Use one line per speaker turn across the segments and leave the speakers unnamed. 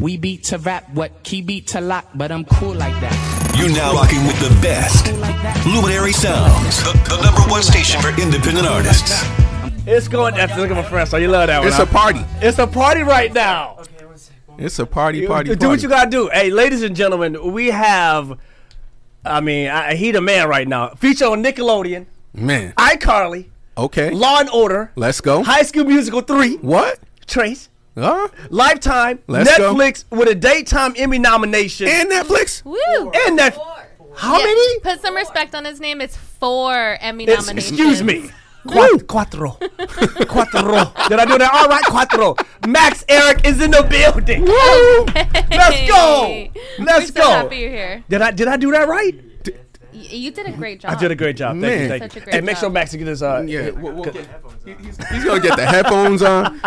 We beat to rap, what key beat to lock, but I'm cool like that.
You're now rocking with the best. Luminary Sounds, the, the number one station for independent artists.
It's going. That's look at my friend. So you love that one.
It's
huh?
a party.
It's a party right now.
It's a party, party, party.
do what you gotta do. Hey, ladies and gentlemen, we have. I mean, I, he the man right now. Feature on Nickelodeon,
Man.
iCarly,
Okay.
Law and Order,
Let's go.
High School Musical three,
What?
Trace,
Huh?
Lifetime,
Let's go.
Netflix with a daytime Emmy nomination,
And Netflix?
Woo!
and that. How
Yeah,
many?
Put some respect on his name. It's four Emmy
It's-
nominations.
excuse me. Qua- Cuatro. Cuatro. Did I do that? All right, cuatro. Max Eric is in the building. Let's go.
Hey.
Let's
We're so
go.
happy you're here.
Did I did I do that right?
Y- you did a great job.
I did a great job. Thank you.
Man.
Thank
Such a
you.
great
And make
job.
sure Max can get his uh
Yeah. we'll- we'll get- he's, he's gonna get the headphones on.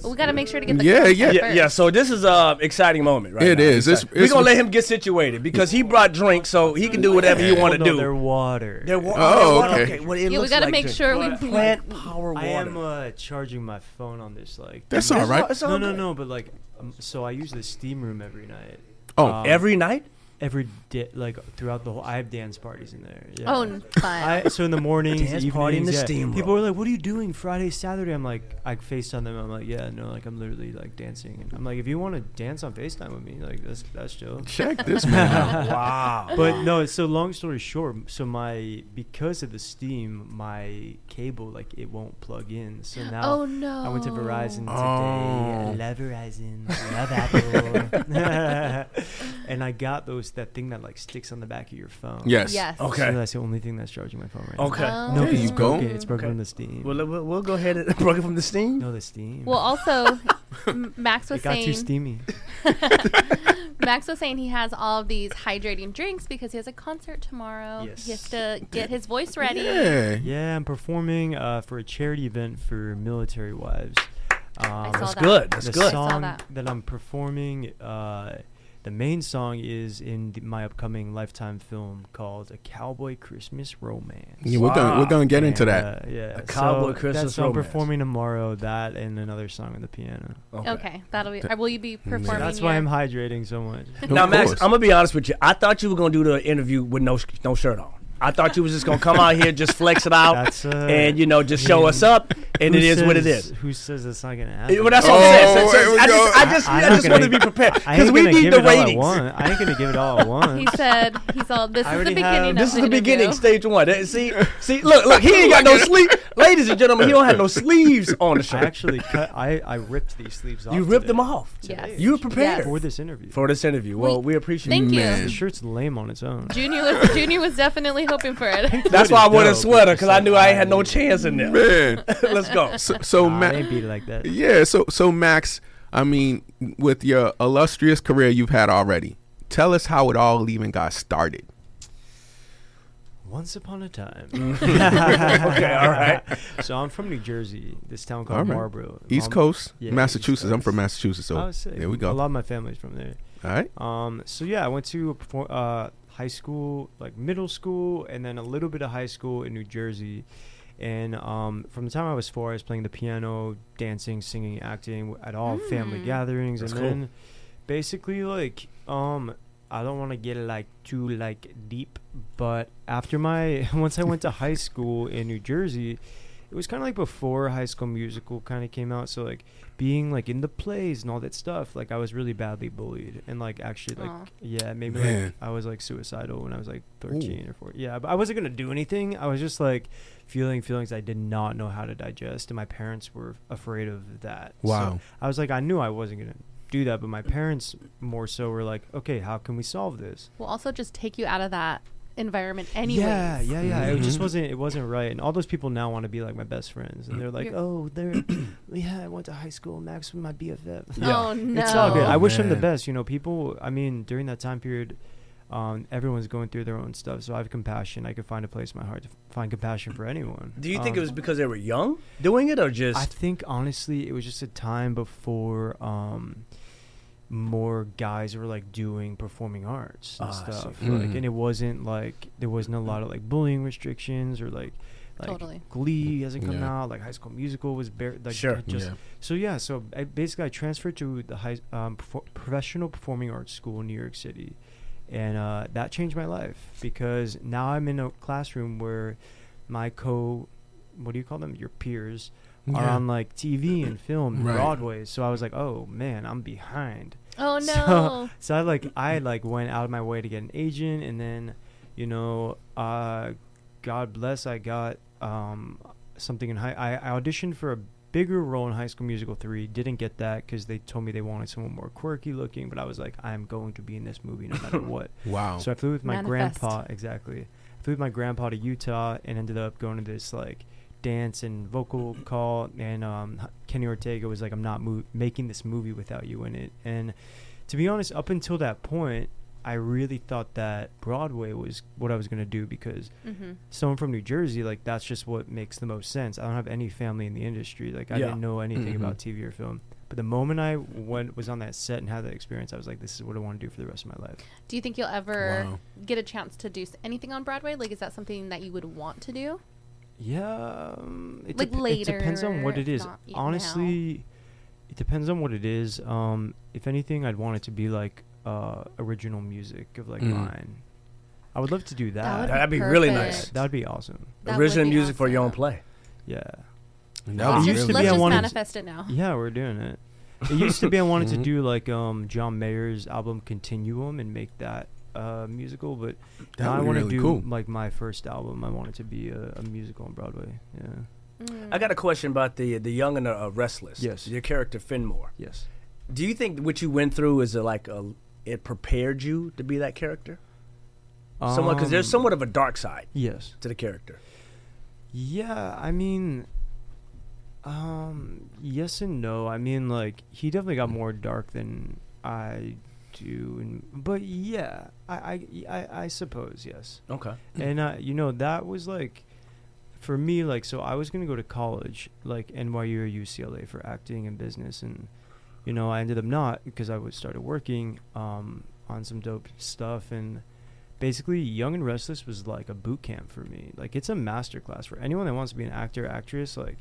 We got to make sure to get the
Yeah,
clips
yeah.
up
yeah,
first.
yeah, so this is a exciting moment, right?
It
now.
is. It's-
Exciting. We're
it's-
gonna let him get situated because he brought drinks, so he can do whatever you want to
no, They're
do.
water.
They're wa-
Oh,
they're water.
okay.
Well, it
Yeah, we
looks
got to
like
make
drink.
sure we
plant power water.
I am uh, charging my phone on this. Like,
That's all right.
It's all
no, no,
good.
no. But like, um, so I use the steam room every night.
Oh,
Um,
Every night?
every day, like throughout the whole. I have dance parties in there. Yeah.
Oh, n- fun.
I, so in the mornings,
Dance
evenings,
party in the
yeah,
steam
People
room.
are like, "What are you doing Friday, Saturday?" I'm like, I FaceTime them. I'm like, "Yeah, no, like I'm literally like dancing." And I'm like, "If you want to dance on FaceTime with me, like that's that's chill."
check this man out.
Wow.
but no, so long story short, so my because of the steam, my cable like it won't plug in. So now
Oh,
I went to
no.
Verizon today.
Oh.
Love Verizon. Love Apple. and I got those that thing that like sticks on the back of your phone.
Yes.
Yes.
Okay.
So that's the only thing that's charging my phone right now.
Okay.
Um,
No,
There you
it's
go.
broken. It's broken
Okay.
on the steam.
Well, we'll, we'll go ahead and break it from the steam.
no, the steam.
well, also, M- Max was
it got
saying
too steamy.
Max was saying he has all of these hydrating drinks because he has a concert tomorrow.
Yes.
He has to get his voice ready.
Yeah.
Yeah, I'm performing uh, for a charity event for military wives.
saw
Um,
that.
Good. That's
the
good.
saw
song
that.
that. I'm performing, uh, the main song is in the, my upcoming Lifetime film called A Cowboy Christmas Romance.
Yeah, we're gonna we're gonna get into
And,
that.
uh, yeah,
Cowboy
so
Christmas
That's what I'm
Romance.
performing tomorrow. That and another song on the piano.
Okay. that'll be. Or will you be performing?
That's why
your-
I'm hydrating so much.
Now,
Of
Max,
course.
I'm gonna be honest with you. I thought you were gonna do the interview with no sh- no shirt on. I thought you was just gonna come out here, just flex it out,
That's, uh,
and you know, just show
I
us up, and
Who
it is what it
says-
is.
Who says it's not gonna happen?
It- well, that's what I'm saying.
Oh,
So- so
here we
I
go.
just, I just, I,
ain't
just want to be
gonna-
prepared
I ain't
because we
gonna
need
give
the
it all at
ratings.
once. I ain't gonna give it all at once.
He said. He's all. This is the
I already
beginning.
have-
of
This is the
interview."
beginning, stage one. Uh, See, see, look, look, he ain't got no sleeve, ladies and gentlemen. He don't have no sleeves on the
I
shirt.
actually cut. I, I ripped these sleeves off.
You ripped
today
them off.
Yes.
You were prepared
for this interview.
for this interview. Well, we appreciate.
Thank
you.
you.
the shirt's lame on its own.
Junior was Junior was definitely hoping for it.
That's why I wore a
Dope.
sweater because I knew I ain't had no chance in there.
Man.
Let's go.
So, so
Nah,
Max.
they beat it like that.
Yeah. So so Max. I mean, with your illustrious career you've had already, tell us how it all even got started.
Once upon a time.
Okay, all right.
So I'm from New Jersey, this town
All
called
right.
Marlboro.
East
Mom-
Coast,
yeah, East
Massachusetts. I'm
Coast.
from Massachusetts, so
Oh, sick.
there we
A
go.
lot
All
of my family's from there.
right.
Um, so yeah, I went to a perfor- uh, high school, like middle school, and then a little bit of high school in New Jersey. And um, from the time I was four, I was playing the piano, dancing, singing, acting w- at all family gatherings,
Mm. That's
and
cool.
then basically like um, I don't want to get like too like deep, but after my once I went to high school in New Jersey, it was kind of like before High School Musical kind of came out. So like being like in the plays and all that stuff, like I was really badly bullied and like actually like
Aw.
yeah maybe
Man.
like I was like suicidal when I was like thirteen or fourteen. Yeah, but I wasn't gonna do anything. I was just like feeling feelings I did not know how to digest, and my parents were afraid of that. So
Wow.
I was like I knew I wasn't gonna do that, but my parents more so were like, okay, how can we solve this?
We'll also just take you out of that environment anyways.
Yeah, yeah, yeah. It just wasn't it wasn't right. And all those people now want to be like my best friends, and they're like,
You're-
oh, they're yeah, I went to high school. Max was my BFF.
Oh no.
It's all good. I wish them the
man.
best. You know, people. I mean, during that time period, um, everyone's going through their own stuff. So I have compassion. I could find a place in my heart to f- find compassion for anyone.
Do you think
Um,
it was because they were young doing it, or just
I think honestly, it was just a time before um, more guys were like doing performing arts and
Ah, I see.
stuff, like, and it wasn't like there wasn't a lot of like bullying restrictions or like Like,
Totally.
Glee hasn't come
Yeah.
out. Like High School Musical was bare. Like,
Sure.
it Just,
Yeah.
So yeah. So I basically I transferred to the high um, perfor- professional performing arts school in New York City, and uh, that changed my life because now I'm in a classroom where my co, what do you call them? Your peers are
Yeah.
on like TV and film, and
Right.
Broadway. So I was like, oh man, I'm behind.
Oh
So-
no.
So, I like I like went out of my way to get an agent, and then, you know, uh, God bless, I got um, something in high. I, I auditioned for a bigger role in High School Musical three. Didn't get that because they told me they wanted someone more quirky looking. But I was like, I'm going to be in this movie no matter what.
Wow.
So I flew with my
Manifest.
grandpa exactly. I flew with my grandpa to Utah and ended up going to this like dance and vocal call. And um, H- Kenny Ortega was like, "I'm not mo- making this movie without you in it." And to be honest, up until that point, I really thought that Broadway was what I was gonna do because
Mm-hmm.
someone from New Jersey, like that's just what makes the most sense. I don't have any family in the industry. Like I
Yeah.
didn't know anything
Mhm.
about TV or film. But the moment I went was on that set and had that experience, I was like, "This is what I want to do for the rest of my life."
Do you think you'll ever
Wow.
get a chance to do s- anything on Broadway? Like, is that something that you would want to do?
Yeah, um, it,
Like
dep- it depends on what
later,
it is.
not y- now.
Honestly, it depends on what it is. Um, if anything, I'd want it to be like uh, original music of like
Mm.
mine. I would love to do
would
that.
That'd be really nice.
perfect.
That would be awesome.
That would
Original
be
music for your own
awesome.
play.
Yeah,
That
It
was
used
really
to
Let's
be I
just
wanted-
manifest it now.
yeah, we're doing it. It used to be I wanted
Mm-hmm.
to do like um, John Mayer's album Continuum and make that uh, musical, but
That
now I
would be
want to
really
do
cool.
like my first album. I want it to be a, a musical on Broadway. Yeah.
Hmm.
I got a question about the the young and the uh, restless.
Yes.
Your character Finmore.
Yes.
Do you think what you went through is a, like a it prepared you to be that character? Somewhat because there's
Um,
somewhat of a dark side
Yes.
to the character.
Yeah, I mean, um, yes and no. I mean, like he definitely got more dark than I do, and but yeah, I I I, I suppose yes.
Okay.
And uh, you know that was like, for me, like so I was gonna go to college, like NYU or UCLA for acting and business, and you know I ended up not because I was started working um on some dope stuff and basically young and restless was like a boot camp for me like it's a master class for anyone that wants to be an actor actress like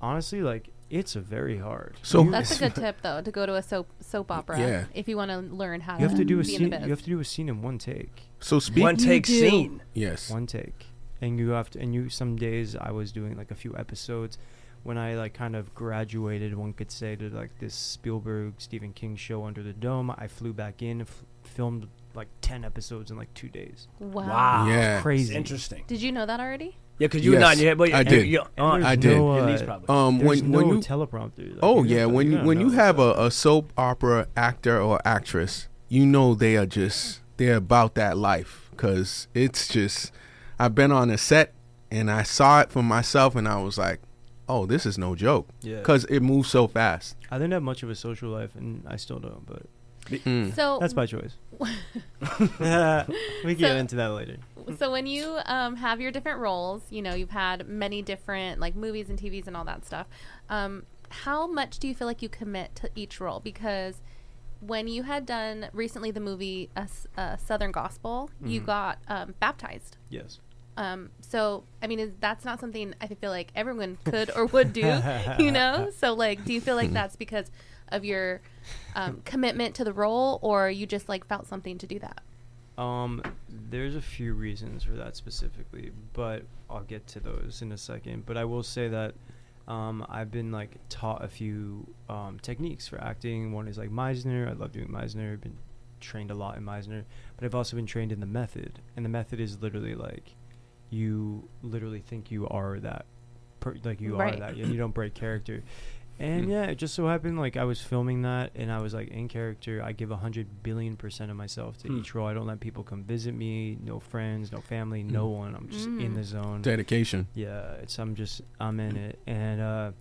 honestly like it's a very hard
So-
you,
That's a good tip, though, to go to a soap soap opera
Yeah.
if you want to learn how
you have to do a
be in the
scene
biz.
you have to do a scene in one take
So speak.
One take
do.
scene.
yes.
one take and you have to and you some days i was doing like a few episodes when i like kind of graduated one could say to like this spielberg stephen king show under the dome i flew back in f- filmed like 10 episodes in like two days
wow.
Wow.
yeah.
It's
crazy
interesting.
Did you know that already?
Yeah, because you were not in
Yes,
your head, but
I did.
Your,
And
aunt-
there's
I did.
no,
your niece
uh,
probably.
Um.
There's
When
no
when you.
teleprompter. like,
oh
you
yeah.
gotta-
When you
gotta
when you
know.
have a, a soap opera actor or actress, you know they are just they're about that life because it's just. I've been on a set and I saw it for myself and I was like, oh, this is no joke.
Yeah.
Because it moves so fast.
I didn't have much of a social life, and I still don't. But
So
that's by choice. we can get into that later.
so when you um, have your different roles, you know, you've had many different like movies and TVs and all that stuff. Um, how much do you feel like you commit to each role? Because when you had done recently the movie uh, S- uh, Southern Gospel, you got um, baptized.
Yes.
Um, so I mean, is, that's not something I feel like everyone could or would do, you know. So like, do you feel like that's because of your um, commitment to the role, or you just like felt something to do that?
Um, there's a few reasons for that specifically, but I'll get to those in a second. But I will say that um, I've been like taught a few um, techniques for acting. One is like Meisner. I love doing Meisner. I've been trained a lot in Meisner, but I've also been trained in the method. And the method is literally like you literally think you are that, per- like you
Right.
are that. You, you don't break character. And yeah, it just so happened like I was filming that and I was like in character. I give a hundred billion percent of myself to each role. I don't let people come visit me, no friends, no family, no one. I'm just in the zone.
Dedication.
Yeah, it's I'm just I'm in it. And uh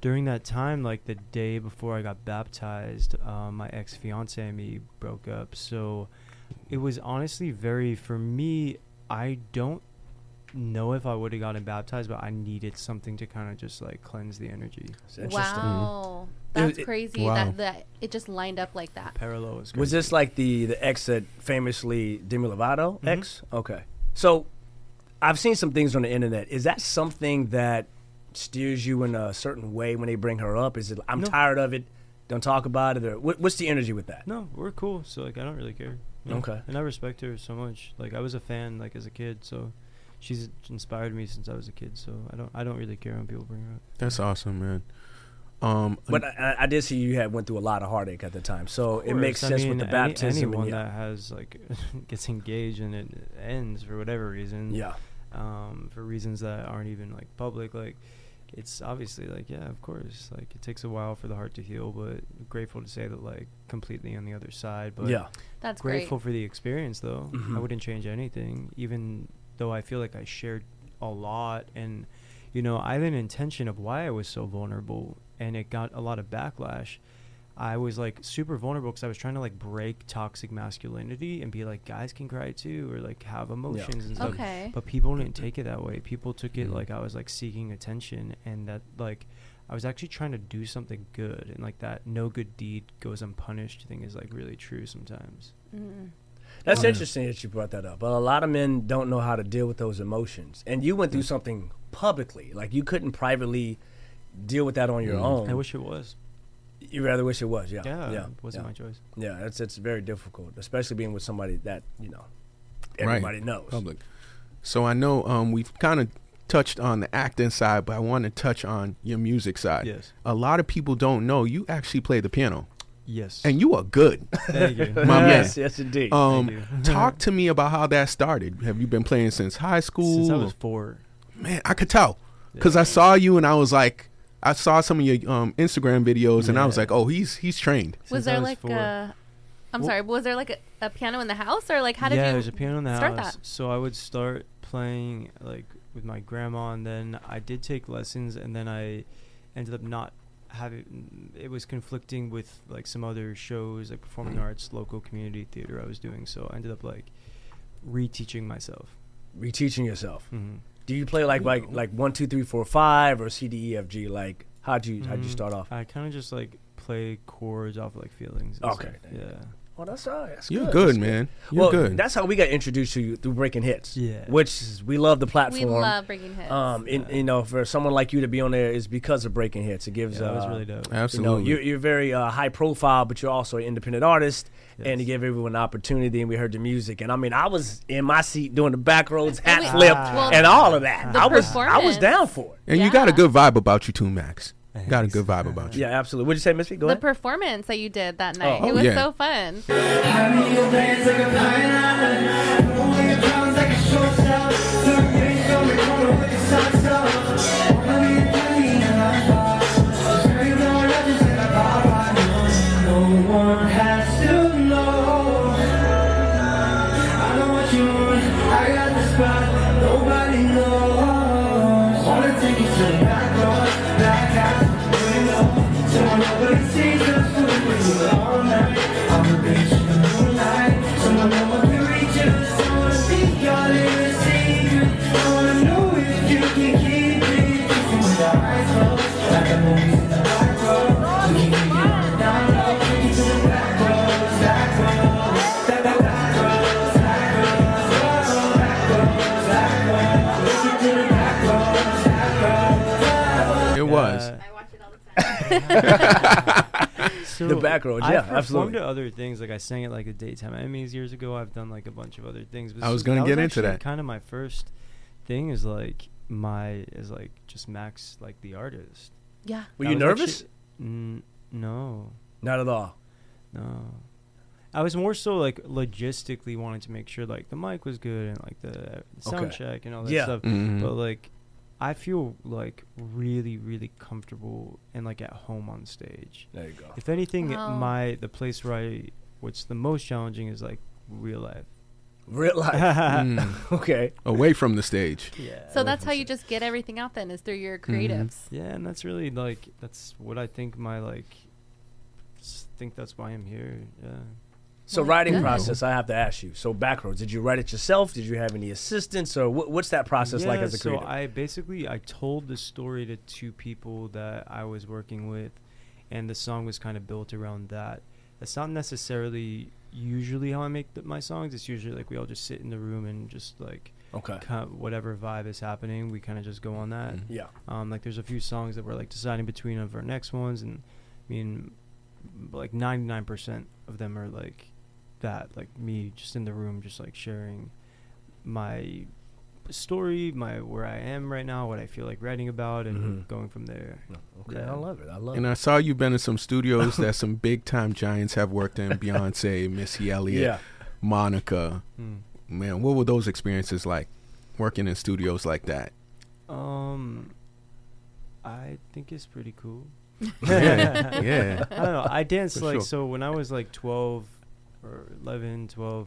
during that time, like the day before I got baptized, uh, my ex fiance and me broke up. So it was honestly very for me, I don't know if I would have gotten baptized, but I needed something to kind of just like cleanse the energy.
It's interesting.
Wow, that's
It- it-
crazy.
Wow.
That that it just lined up like that.
Parallel was
Was
Mm-hmm.
this like the the ex that famously Demi Lovato ex? Okay. So
I've seen some things on the internet. Is that something that steers you in a certain way when they bring her up? Is it I'm
No.
tired of it? Don't talk about it. Or what, what's the energy with that?
No, we're cool. So like, I don't really care. you know?
Okay.
And I respect her so much. Like, I was a fan like as a kid, so she's inspired me since I was a kid. So I don't I don't really care when people bring her up.
That's awesome, man. Um,
But I, I did see you had went through a lot of heartache at the time, so it makes
Course,
sense
I mean,
with the
any-
baptism.
anyone
and yeah,
that has like gets engaged and it ends for whatever reason.
yeah.
um, for reasons that aren't even like public. Like, it's obviously like, yeah, of course. Like, it takes a while for the heart to heal, but grateful to say that like completely on the other side. But
yeah.
That's great.
grateful for the experience though. I wouldn't change anything, even though I feel like I shared a lot and you know, I had an intention of why I was so vulnerable and it got a lot of backlash. I was like super vulnerable because I was trying to like break toxic masculinity and be like guys can cry too or like have emotions and stuff.
Okay.
But people didn't take it that way. People took it like I was like seeking attention and that like I was actually trying to do something good and like that no good deed goes unpunished thing is like really true sometimes. Oh,
That's interesting that you brought that up. But a lot of men don't know how to deal with those emotions. And you went through
Mm.
something publicly. Like you couldn't privately deal with that on your own.
I wish Mm. it was.
you rather wish it was, Um, yeah.
Yeah,
yeah.
it wasn't
yeah.
my choice.
Yeah, it's it's very difficult, especially being with somebody that, you know,
Right.
everybody knows.
public. So I know um, we've kind of touched on the acting side, but I want to touch on your music side.
Yes.
A lot of people don't know you actually play the piano,
Yes.
and you are good,
Thank you.
my
yes,
man.
yes indeed.
Um,
Thank you.
talk to me about how that started. Have you been playing since high school?
Since I was four.
man, I could tell because I saw you, and I was like, I saw some of your um, Instagram videos, and I was
Yeah.
like, oh, he's he's trained.
was
Since
there
I was
like
four.
a? I'm sorry. Was there like a, a piano in the house, or like how did
yeah,
you?
there's a piano in the
start
house.
that?
So I would start playing like with my grandma, and then I did take lessons, and then I ended up not having. It was conflicting with like some other shows, like performing
Mm-hmm.
arts, local community theater I was doing. So I ended up like reteaching myself.
Reteaching yourself.
Mm-hmm.
Do you play like like like one, two, three, four, five or C D E F G? Like how'd you how'd you
Mhm.
start off?
I kind of just like play chords off like feelings. and
Okay,
stuff.
thank you.
Yeah.
Well Oh, that's all right. That's
You're
good.
good,
That's
man. You're
well,
good.
that's how we got introduced to you through breaking hits.
Yeah.
Which is- we love the
we
platform.
love breaking hits.
Um, and, you know, for someone like you to be on there is because of breaking hits. It gives.
Yeah, that was
uh,
really dope.
You know,
Absolutely.
you're, you're very uh, high profile, but you're also an independent artist, and
Yes.
you give everyone an opportunity. And we heard the music, and I mean, I was in my seat doing the back roads, hat
we-
flip,
well,
and all of that.
the
I was, I was
performance-
down for it.
and you got a
yeah.
good vibe about you too, Max. Got a good vibe about you.
Yeah, absolutely. What'd you say, Missy? Go
the
ahead.
performance that you did that night.
Oh,
it was
yeah.
so fun.
It was.
Uh,
I watch it all the time.
So
The back roads,
I
yeah,
performed
absolutely.
to other things, like I sang at like the daytime Emmys years ago. I've done like a bunch of other things. But
I
this
was gonna get into that.
Kind of my first thing is like my is like just Max like the artist.
Yeah.
Were
I
you
was actually-
nervous?
N- no,
Not at all.
no. I was more so like logistically wanting to make sure like the mic was good and like the sound
Okay.
check and all that
Yeah. Mm-hmm.
stuff.
Mhm.
But like, I feel like really, really comfortable and like at home on stage.
There you go.
If anything,
Wow.
my the place where I what's the most challenging is like real life.
Real life.
yeah.
Mm.
okay.
Away from the stage.
So that's how you just get everything out then is through your
Mm-hmm.
creatives.
Yeah, and that's really like that's what I think my like s- think that's why I'm here. Yeah.
So
My
writing
goodness.
process, I have to ask you. So Backroads, did you write it yourself? Did you have any assistance, or what, what's that process like
Yeah,
as a
so
creative?
I basically I told the story to two people that I was working with and the song was kind of built around that. That's not necessarily usually how I make th- my songs. It's usually like we all just sit in the room and just like
Okay.
ki- whatever vibe is happening, we kind of just go on that.
Yeah.
Um, like there's a few songs that we're like deciding between of our next ones, and I mean, like 99% of them are like that, like me just in the room, just like sharing my story, my where I am right now, what I feel like writing about, and going from there.
Okay.
Yeah.
I love it. I love
And
it.
I saw you've been in some studios that some big time giants have worked in Beyonce, Missy Elliott,
Yeah. Hmm.
Monica. Man, what were those experiences like working in studios like that?
Um, I think it's pretty cool.
Yeah, yeah.
I don't know. I danced
For
like
sure.
so when I was like 12 or 11, 12.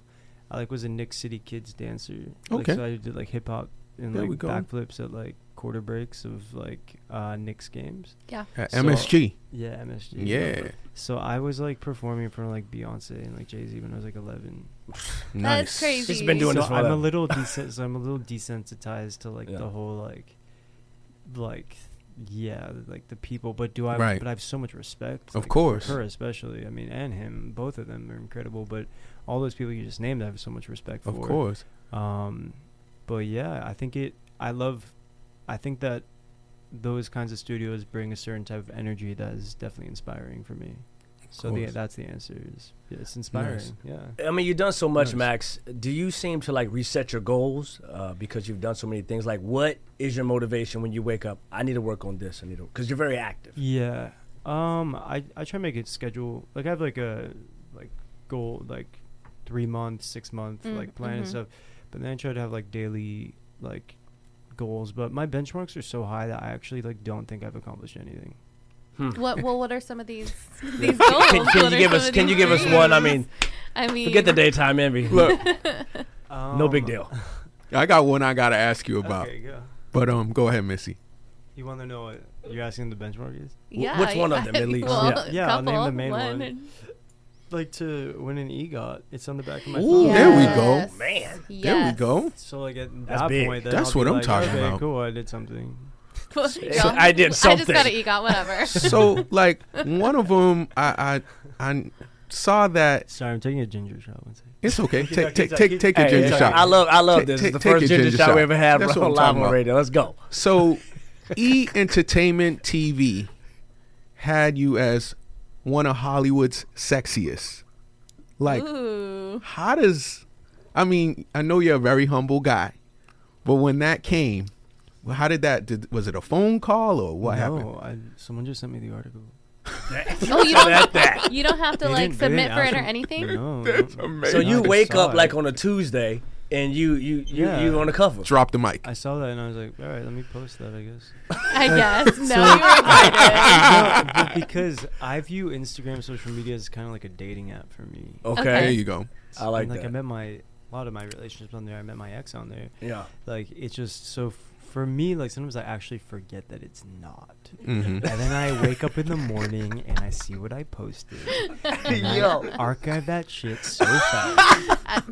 I like was a Nick City kids dancer. Like,
Okay.
so I did like hip hop and
There we
like
go.
backflips at like quarter breaks of like uh Knicks games.
Yeah.
At
So-
MSG.
Yeah, MSG.
Yeah.
So I was like performing in front of like Beyonce and like Jay Z when I was like 11.
Nice.
That's crazy.
She's been doing
so
this for
I'm a
11.
little decent. so I'm a little desensitized to like
Yeah.
the whole like, like, yeah, like the people. But do I?
Right.
But I have so much respect.
Of
like,
course.
her especially. I mean, and him. Both of them are incredible. But all those people you just named, I have so much respect
Of
for.
course.
Um, but yeah, I think it. I love. I think that those kinds of studios bring a certain type of energy that is definitely inspiring for me. So the,
course.
that's the answer. Is yeah, it's inspiring. Yeah.
I mean, you've done so much, Max. Do you seem to like reset your goals uh, because you've done so many things? Like, what is your motivation when you wake up? I need to work on this. I need to because you're very active.
Yeah. Um. I I try to make it schedule. Like I have like a like goal like three month, six month
Mm,
like plan and
mhm.
stuff. But then I try to have like daily like goals. But my benchmarks are so high that I actually like don't think I've accomplished anything.
What? Well, what are some of these these goals?
Can, can
What
you
are
give
some
us?
of
Can you
these
give us one? I mean,
dreams? I mean,
forget the daytime envy. Look, no big
Um,
deal.
I got one I got to ask you about.
Okay. Go.
But um, go ahead, Missy.
You want to know what you're asking? The benchmark is
Yeah,
which one of them, at least?
Well,
Yeah.
a
Yeah, I'll name the
couple,
main one.
and-
like to win an EGOT. It's on the back of my
Ooh,
phone.
there we go.
Yes.
Man,
There we
Yes.
go.
So like at
That's
that
big.
point, then
That's
I'll be
what I'm
like,
talking
okay,
about.
Cool. I did something.
Well,
So
y'all-
I did
I
something.
just got an EGOT, whatever.
So, like, one of them, I, I, I saw that.
Sorry, I'm taking a ginger shot. One second.
It's okay. Take, take,
keep-
take, take your
Hey,
ginger
it's-
shot.
I love, I love this. it's
Take-
the
take
first
your
ginger,
ginger
shot, we
shot.
ever had
That's
on
what I'm
live
talking
on
about.
radio. Let's go.
So, E Entertainment TV had you as one of Hollywood's sexiest. Like,
Ooh.
how does? I mean, I know you're a very humble guy, but when that came, well, how did that? Did, was it a phone call or what happened?
no, I, someone just sent me the article.
Oh, you don't, you don't have to
They
like
didn't- they didn't
submit for it or
ask me-
anything.
No, no.
So
No, I
you
just
wake
saw
up
it.
like on a Tuesday and you, you, you,
Yeah.
you on the cover.
Drop the mic.
I saw that and I was like, all right, let me post that, I guess.
I guess. No, you were excited.
No, but because I view Instagram social media as kind of like a dating app for me.
Okay,
There
Okay.
you go.
Oh, I like
and, like I
that.
met my a lot of my relationships on there. I met my ex on there.
yeah.
Like it's just so f- for me. Like sometimes I actually forget that it's not,
hmm
and then I wake up in the morning and I see what I posted. And I
Yo.
archive that shit so fast.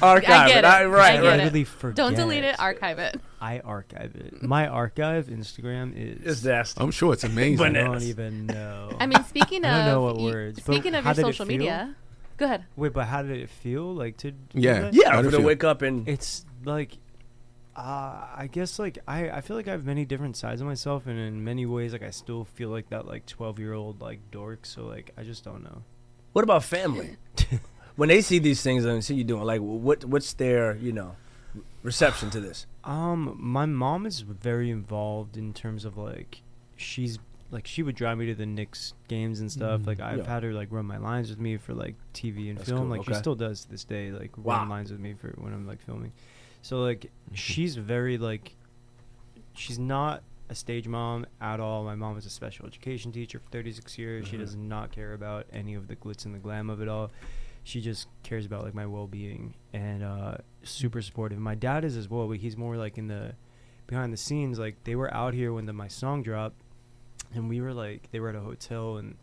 Archive
I get
it.
it.
I- right,
I
I
right.
get it.
literally forget.
Don't delete it. Archive it.
I archive it. My archive Instagram is.
It's nasty.
I'm sure it's amazing.
I
Bananas.
don't even know.
I mean, speaking
I don't
of
know what
you-
words, but
speaking of
how
your
did it
social
feel?
media, go ahead.
Wait, but how did it feel like to? do
Yeah.
that?
Yeah, for
How did it
to
feel?
wake up and
It's like, uh, I guess like I I feel like I have many different sides of myself, and in many ways like I still feel like that like twelve year old like dork. So like I just don't know.
What about family? when they see these things and see you doing, like, what what's their you know reception to this?
Um, my mom is very involved in terms of like she's like she would drive me to the Knicks games and stuff. Like I've
Mm-hmm. Yeah.
had her like run my lines with me for like TV and
That's
film.
cool,
Like she
okay.
still does to this day. Like
Wow.
run lines with me for when I'm like filming. So like she's very like she's not a stage mom at all. My mom is a special education teacher for 36 years. She does not care about any of the glitz and the glam of it all. She just cares about like my well-being and uh, super supportive. My dad is as well, but he's more like in the behind the scenes. Like they were out here when the, my song dropped, and we were like they were at a hotel and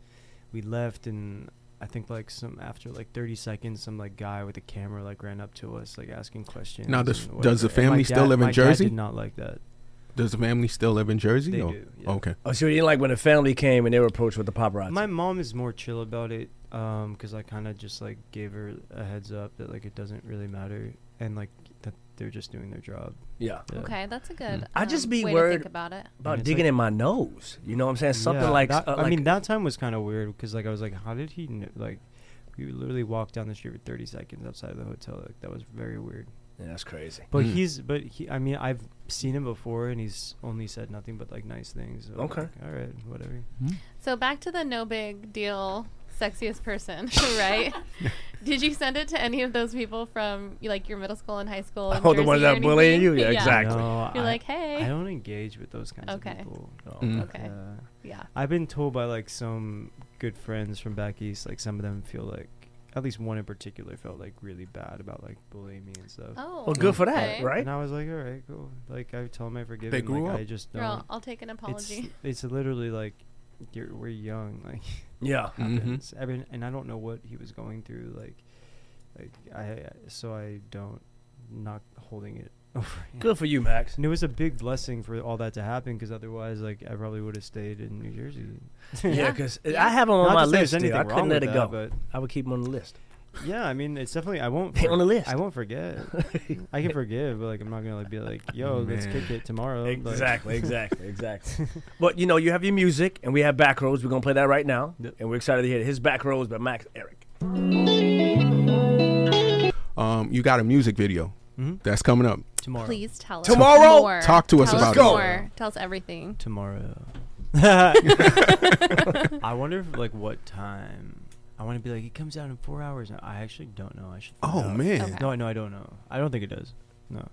we left and. I think like some after like 30 seconds, some like guy with a camera like ran up to us like asking questions.
Now, this-
and
does the
whatever. And my
family still
dad-
live in
my dad
Jersey?
did not like that.
Does the family still live in Jersey?
They
or-
do, yeah.
Okay.
Oh, so you didn't like when the family came and they were approached with the paparazzi.
My mom is more chill about it um, because I kind of just like gave her a heads up that like it doesn't really matter and like that they're just doing their job.
Yeah.
Yeah. Hmm.
Okay, that's a good.
I just
um,
be
way
worried-
to think about it.
About
it's
digging
like-
in my nose. You know what I'm saying? Something
Yeah,
like,
that,
uh,
I
like-
mean, that time was kind of weird because like I was like, how did he kn- like? We would literally walked down the street for 30 seconds outside of the hotel. Like that was very weird.
yeah, that's crazy.
But he's but he. I mean, I've seen him before, and he's only said nothing but like nice things. So,
Okay.
like, all right, whatever.
So back to the no big deal, sexiest person, right? Did you send it to any of those people from like your middle school and high school? in
Oh, the
Jersey
ones
or
that bullying
anything?
you? Yeah, exactly.
No,
You're
I-
like, hey.
I don't engage with those kinds
Okay.
of people.
Mm.
Okay.
Yeah.
Yeah.
I've been told by like some good friends from back east, like some of them feel like, at least one in particular, felt like really bad about like bullying me and stuff.
Oh.
Well, good for that,
okay.
right?
And I was like, all right, cool. Like I tell them I forgive.
They
him,
grew
like,
up.
I just don't.
Girl, I'll take an
it's
apology.
it's literally like, you're we're young. Like
Yeah.
happens. I mean, and I don't know what he was going through. Like, like I so I don't not holding it over. him.
Good for you, Max.
And it was a big blessing for all that to happen because otherwise, like, I probably would have stayed in New Jersey.
Yeah, because I have him on
Not
my
that there's
list. dude.
anything
I
wrong
couldn't let it
with
go.
that,
I would keep him on the list.
Yeah, I mean, it's definitely I won't
Hey, on the list.
I won't forget. I can forgive, but like, I'm not gonna like, be like, yo, let's kick it tomorrow. like-
Exactly, exactly, exactly. but you know, you have your music, and we have back rows. We're gonna play that right now, and we're excited to hear his back rows by Max Eric.
Um, you got a music video
Mm-hmm.
that's coming up.
tomorrow.
Please tell us
Tomorrow?
more.
Talk to us
Tell
about it.
More. Tell us everything.
Tomorrow. I wonder if, like what time. I want to be like it comes out in four hours. I actually don't know. I should. find
Oh
out.
man,
Okay.
No, no, I don't know. I don't think it does. No,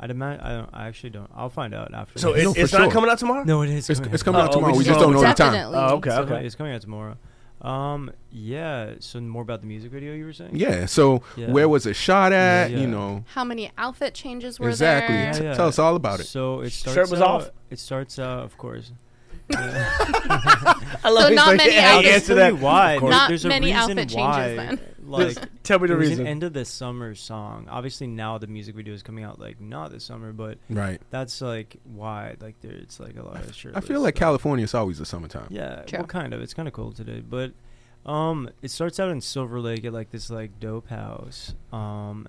I'd imagine. I don't. I actually don't. I'll find out after.
So
this.
it,
No, for
it's not
sure.
coming out tomorrow.
no, it is.
it's,
coming
it's
out.
coming out
Uh-oh, we
tomorrow. We
just
just
don't
don't know the time.
Definitely.
Oh, okay,
It's coming-
okay.
It's coming out tomorrow. Um. Yeah. So more about the music video you were saying.
Yeah. So
Yeah.
where was it shot at?
Yeah.
You know
How many outfit changes were
exactly.
there?
T-
Yeah, yeah.
Tell us all about it.
So it starts.
was
out,
off?
It starts out, of course.
I love
So
he's
not many
"Yeah,
hours.
I answer that.
Why?
course.
Not
There's a
many
reason
outfit changes
why,
then.
Like
Tell me the
it was
reason.
An end of the summer song. Obviously, now the music video is coming out like not this summer, but
Right.
that's like why like there it's like a lot of shirtless.
I feel like
stuff.
California is always the summertime.
yeah,
True.
well, kind of. It's kind of cold today, but um, it starts out in Silver Lake at like this like dope house, um,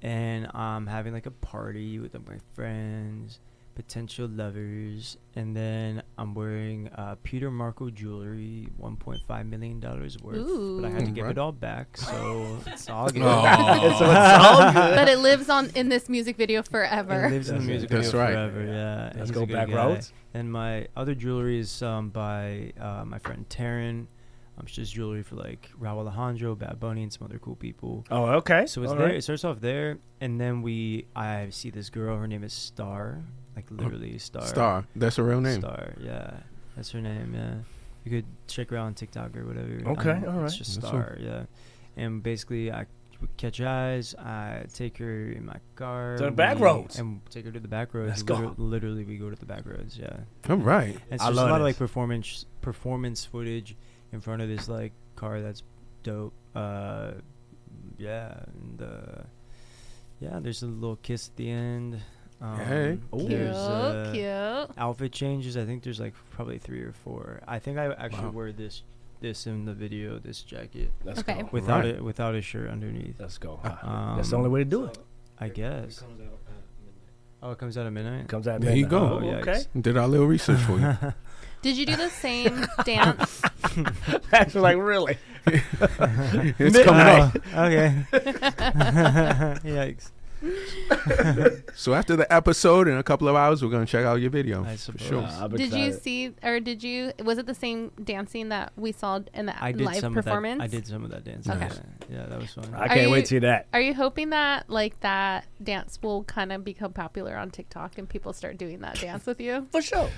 and I'm having like a party with my friends, potential lovers, and then I'm wearing uh, Peter Marco jewelry, 1.5 million dollars worth, but I had to
Ooh. Oh.
give
Right.
it all back, so it's all good.
but it lives on in this music video
It
forever.
lives in the
That's
music
right.
video
That's right.
forever. Yeah. and
Let's
he's a
go
good
back
guy.
roads.
And my other jewelry is um, by uh, my friend Taryn. Um, it's just jewelry for like Raul Alejandro, Bad Bunny, and some other cool people.
Oh, okay.
So it's
All
there.
right.
It starts off there, and then we I see this girl. Her name is Star, like literally Star.
Star. That's her real name.
Star. Yeah, that's her name. Yeah, you could check her out on TikTok or whatever.
Okay, all right.
It's just
That's
Star. Yeah, and basically I would catch her eyes. I take her in my car
To the back
we-
roads.
and take her to the back roads.
Let's go.
Liter- Literally, we go to the back roads. Yeah,
All right.
And it's
I
just
love
a lot
it.
of like performance performance footage in front of this like car that's dope. Uh, yeah, and uh, yeah, there's a little kiss at the end. Um,
Hey.
Cute,
there's, uh,
cute.
outfit changes. I think there's like probably three or four. I think I actually
Wow.
wear this this in the video, this jacket
Let's
Okay.
go.
without
Right. Uh-huh.
it without a shirt underneath.
Let's go.
Um,
That's the only way to do it.
I guess. Oh, it comes out at midnight.
Comes out.
There you
midnight.
go.
Oh,
Oh,
okay.
Did our little research for you.
Did you do the same dance?
Max was like, really?
It's coming up.
okay. Yikes.
So after the episode in a couple of hours, we're gonna check out your video.
I
For
suppose.
sure.
Nah, I'm
Did you
excited.
see or did you was it the same dancing that we saw in the
I did
live
some
performance?
Of that, I did some of that dance.
Okay.
Yeah, yeah, that was fun.
I
Are
can't wait
you-
to hear that.
Are you hoping that like that dance will kind of become popular on TikTok and people start doing that dance with you?
For sure.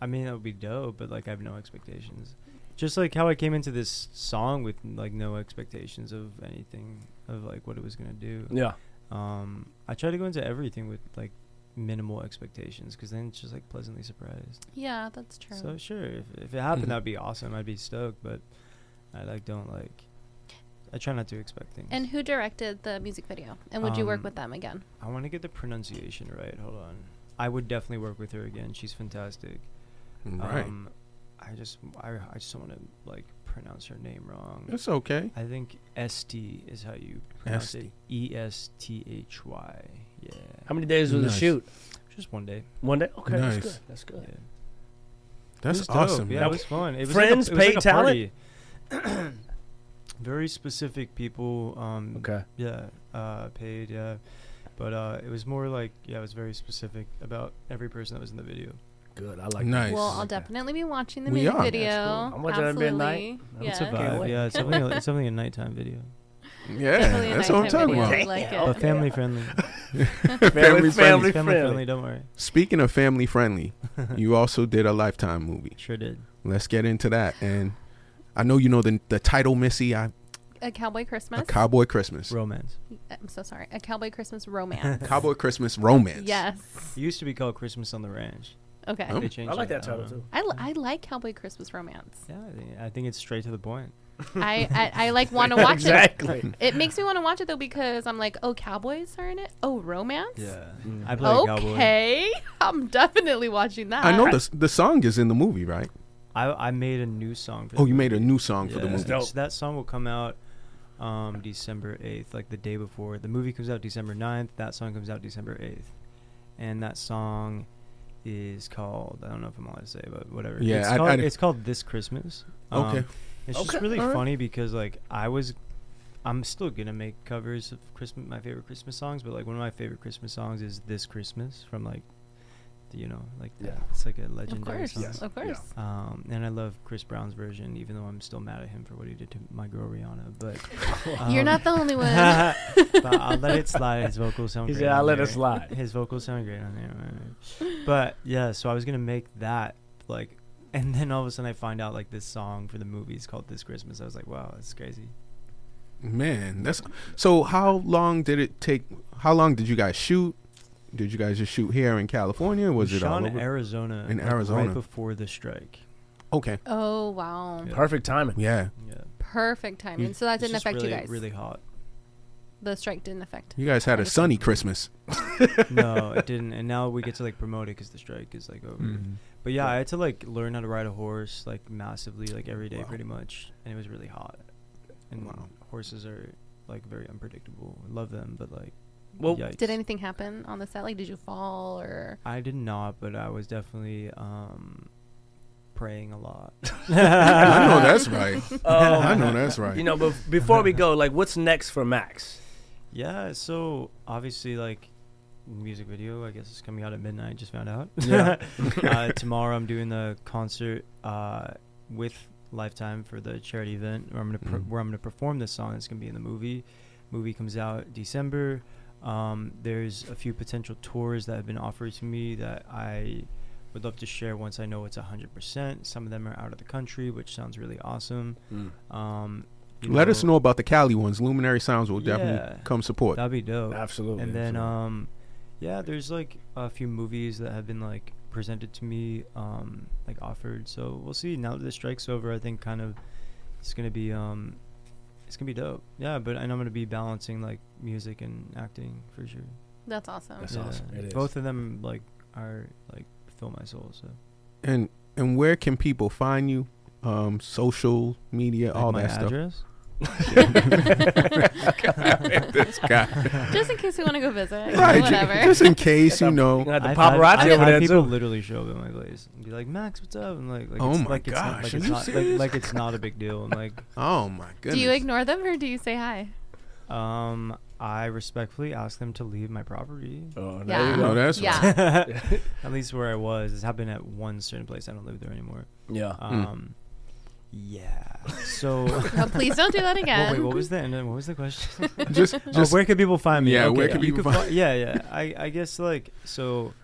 I mean, that would be dope, but like I have no expectations. Just like how I came into this song with like no expectations of anything of like what it was gonna do.
Yeah.
Um, I try to go into everything with like minimal expectations because then it's just like pleasantly surprised.
Yeah, that's true.
So sure, if, if it happened, that'd be awesome. I'd be stoked, but I like don't like. I try not to expect things.
and who directed the music video? And would you work
Um,
with them again?
I want to get the pronunciation right. Hold on. I would definitely work with her again. She's fantastic.
Right.
Um, I just I, I just don't want to like pronounce her name wrong.
it's okay.
I think S T is how you pronounce it. E S T H Y. Yeah.
How many days was
Nice.
the shoot?
Just one day.
One day. Okay,
Nice.
that's good. That's good.
It
That's
was dope.
awesome.
Yeah,
man.
it was fun. It was
Friends,
like a, it
paid
was like a party. Very specific people. Um,
Okay.
Yeah, uh, paid. Yeah, but uh, it was more like yeah, it was very specific about every person that was in the video.
Good. I like.
nice.
Well, I'll definitely be watching the
We
music
are. That's
video.
cool. I'm watching it at
Absolutely.
midnight. It's
Yes.
a vibe. Can't wait.
yeah, it's something. It's something a nighttime video,
Definitely
yeah,
a
that's what I'm
nighttime
talking
video.
about.
I like it.
but family friendly.
that. Family,
It's
family,
family
friendly.
friendly. Don't worry.
Speaking of family friendly, you also did a Lifetime movie.
Sure did.
Let's get into that. And I know you know the the title, Missy. I,
A Cowboy Christmas.
a Cowboy Christmas.
Romance.
I'm so sorry. A Cowboy Christmas romance.
Cowboy Christmas romance.
yes.
It used to be called Christmas on the Ranch.
Okay.
Oh.
They changed
I like
it.
that title
don't know.
too.
I, li- I like Cowboy Christmas romance.
Yeah, I think, I think it's straight to the point.
I, I, I like want to watch
exactly.
it. It makes me want to watch it though because I'm like, oh, cowboys are in it. Oh, romance.
Yeah,
Mm.
I play a cowboy.
Okay, I'm definitely watching that.
I know the the song is in the movie, right?
I, I made a new song. For
Oh,
the
you made a new song for the
Yeah.
movie.
dope.
So that song will come out um, December 8th, like the day before. The movie comes out December 9th. That song comes out December 8th. And that song is called, I don't know if I'm allowed to say, but whatever.
Yeah,
It's,
I-
called,
I-
it's called This Christmas. Um,
Okay.
It's
Okay,
just really
alright.
funny because, like, I was. I'm still gonna make covers of Christmas, my favorite Christmas songs, but like one of my favorite Christmas songs is "This Christmas" from like, the- you know, like
Yeah.
that. It's like a
Of
legendary
course,
song.
Yes.
of course.
Um, and I love Chris Brown's version, even though I'm still mad at him for what he did to my girl Rihanna. But
You're
um,
not the only one.
but I'll let it slide. His vocals sound.
He
great
said, "I'll
on
let
there."
it slide.
His vocals sound great on there. right, right. But yeah, so I was gonna make that like, and then all of a sudden I find out like this song for the movie is called "This Christmas." I was like, wow, that's crazy.
Man, that's so. How long did it take? How long did you guys shoot? Did you guys just shoot here in California? Was it
Sean,
all over?
Arizona?
In
like,
Arizona.
right before the strike.
okay,
oh wow,
Yeah.
Perfect timing.
yeah,
Yeah,
perfect timing. so that
It's
didn't
just
affect you
really-
guys.
Really hot.
The strike didn't affect.
you guys had a
Arizona.
sunny Christmas.
no, it didn't. And now we get to like promote it because the strike is like over.
Mm-hmm.
But yeah, I had to like learn how to ride a horse like massively, like every day,
Wow.
pretty much, and it was really hot. And
Wow.
horses are like very unpredictable. I love them, but like,
Well,
yikes.
Did anything happen on the set? Like, did you fall or?
I did not, but I was definitely um praying a lot.
I know that's right.
Oh,
I know that's right.
You know, but before we go, like, what's next for Max?
Yeah, so obviously, like, music video, I guess, is coming out at midnight. Just found out.
Yeah.
uh, tomorrow, I'm doing the concert uh, with Lifetime for the charity event where I'm gonna per-
Mhm.
where I'm gonna perform this song. It's gonna be in the movie. Movie comes out December. Um, there's a few potential tours that have been offered to me that I would love to share once I know it's 100%. Some of them are out of the country, which sounds really awesome. Um, you
Mm. Let us know about the Cali ones. Luminary Sounds will definitely
Yeah.
come support.
That'd be dope.
Absolutely.
And then, um, yeah, there's like a few movies that have been like presented to me, um, like offered. So we'll see. Now that the strike's over, I think kind of it's gonna be, um, it's gonna be dope. Yeah, but and I'm gonna be balancing like music and acting for sure.
That's awesome.
That's
yeah.
awesome. It is.
Both of them like are like fill my soul. So
And and where can people find you? Um, social media,
like
all
my
that stuff.
address.
this guy,
Just in case you want to go visit.
right? ju-
Whatever.
Just in case you
uh,
you
know.
got the
I've had-
paparazzi
I've
over
had
there
people
too.
literally show up at my place and be like, "Max, what's up?" And like, like
Oh
it's,
my
like
gosh, are
it's not, like,
you
it's not
serious?
like, like it's not a big deal. And like,
Oh my goodness.
do you ignore them or do you say hi?
Um, I respectfully asked them to leave my property.
Oh, there
Yeah.
you go.
No, that's right.
yeah.
At least where I was. It's happened at one certain place. I don't live there anymore.
Yeah.
Um, yeah. So,
No, Oh, please don't do that
Well,
again.
wait, what was the end? What was the question?
Just,
oh,
just
where can people find me? uh,
Yeah, where can
you
people
could
find-
fi- Yeah, yeah. I, I guess like so,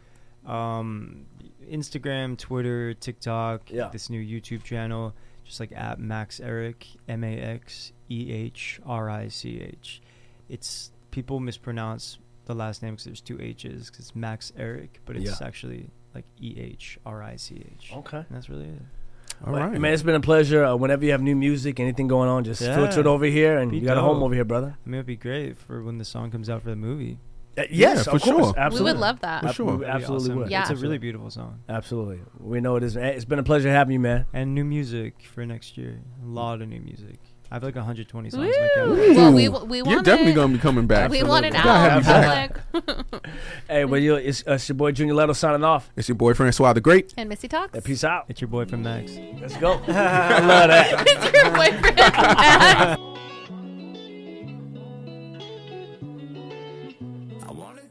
um, Instagram, Twitter, TikTok.
Yeah.
This new YouTube channel, just like at Max Eric M A X E H R I C H. It's people mispronounce the last name because there's two H's because it's Max Eric, but it's
Yeah.
actually like E H R I C H.
Okay.
That's really it.
all
But,
right.
Man, it's been a pleasure. Uh, whenever you have new music, anything going on, just
Yeah.
filter it over here, and
Be
you got a home
dope.
over here, brother.
I mean, it'd be great for when the song comes out for the movie.
Uh,
Yeah,
yes,
for
of course.
sure.
we
Absolutely.
would love that.
For sure.
We
That'd be
absolutely
awesome.
would.
Yeah.
It's a really beautiful song.
Absolutely. We know it is. It's been a pleasure having you, man.
and new music for next year. A lot of new music. I have like 120 songs.
Woo!
in my catalog.
Well, we, we want
You're definitely
it-
gonna be coming back.
We want an
Gotta have
album.
you back.
Public.
Hey, well, you, it's, uh, it's your boy Junior Leto signing off.
It's your boy Francois the Great.
and Missy talks.
Peace out.
It's your boy from Max.
Let's go. I love that.
It's your boyfriend.
I wanna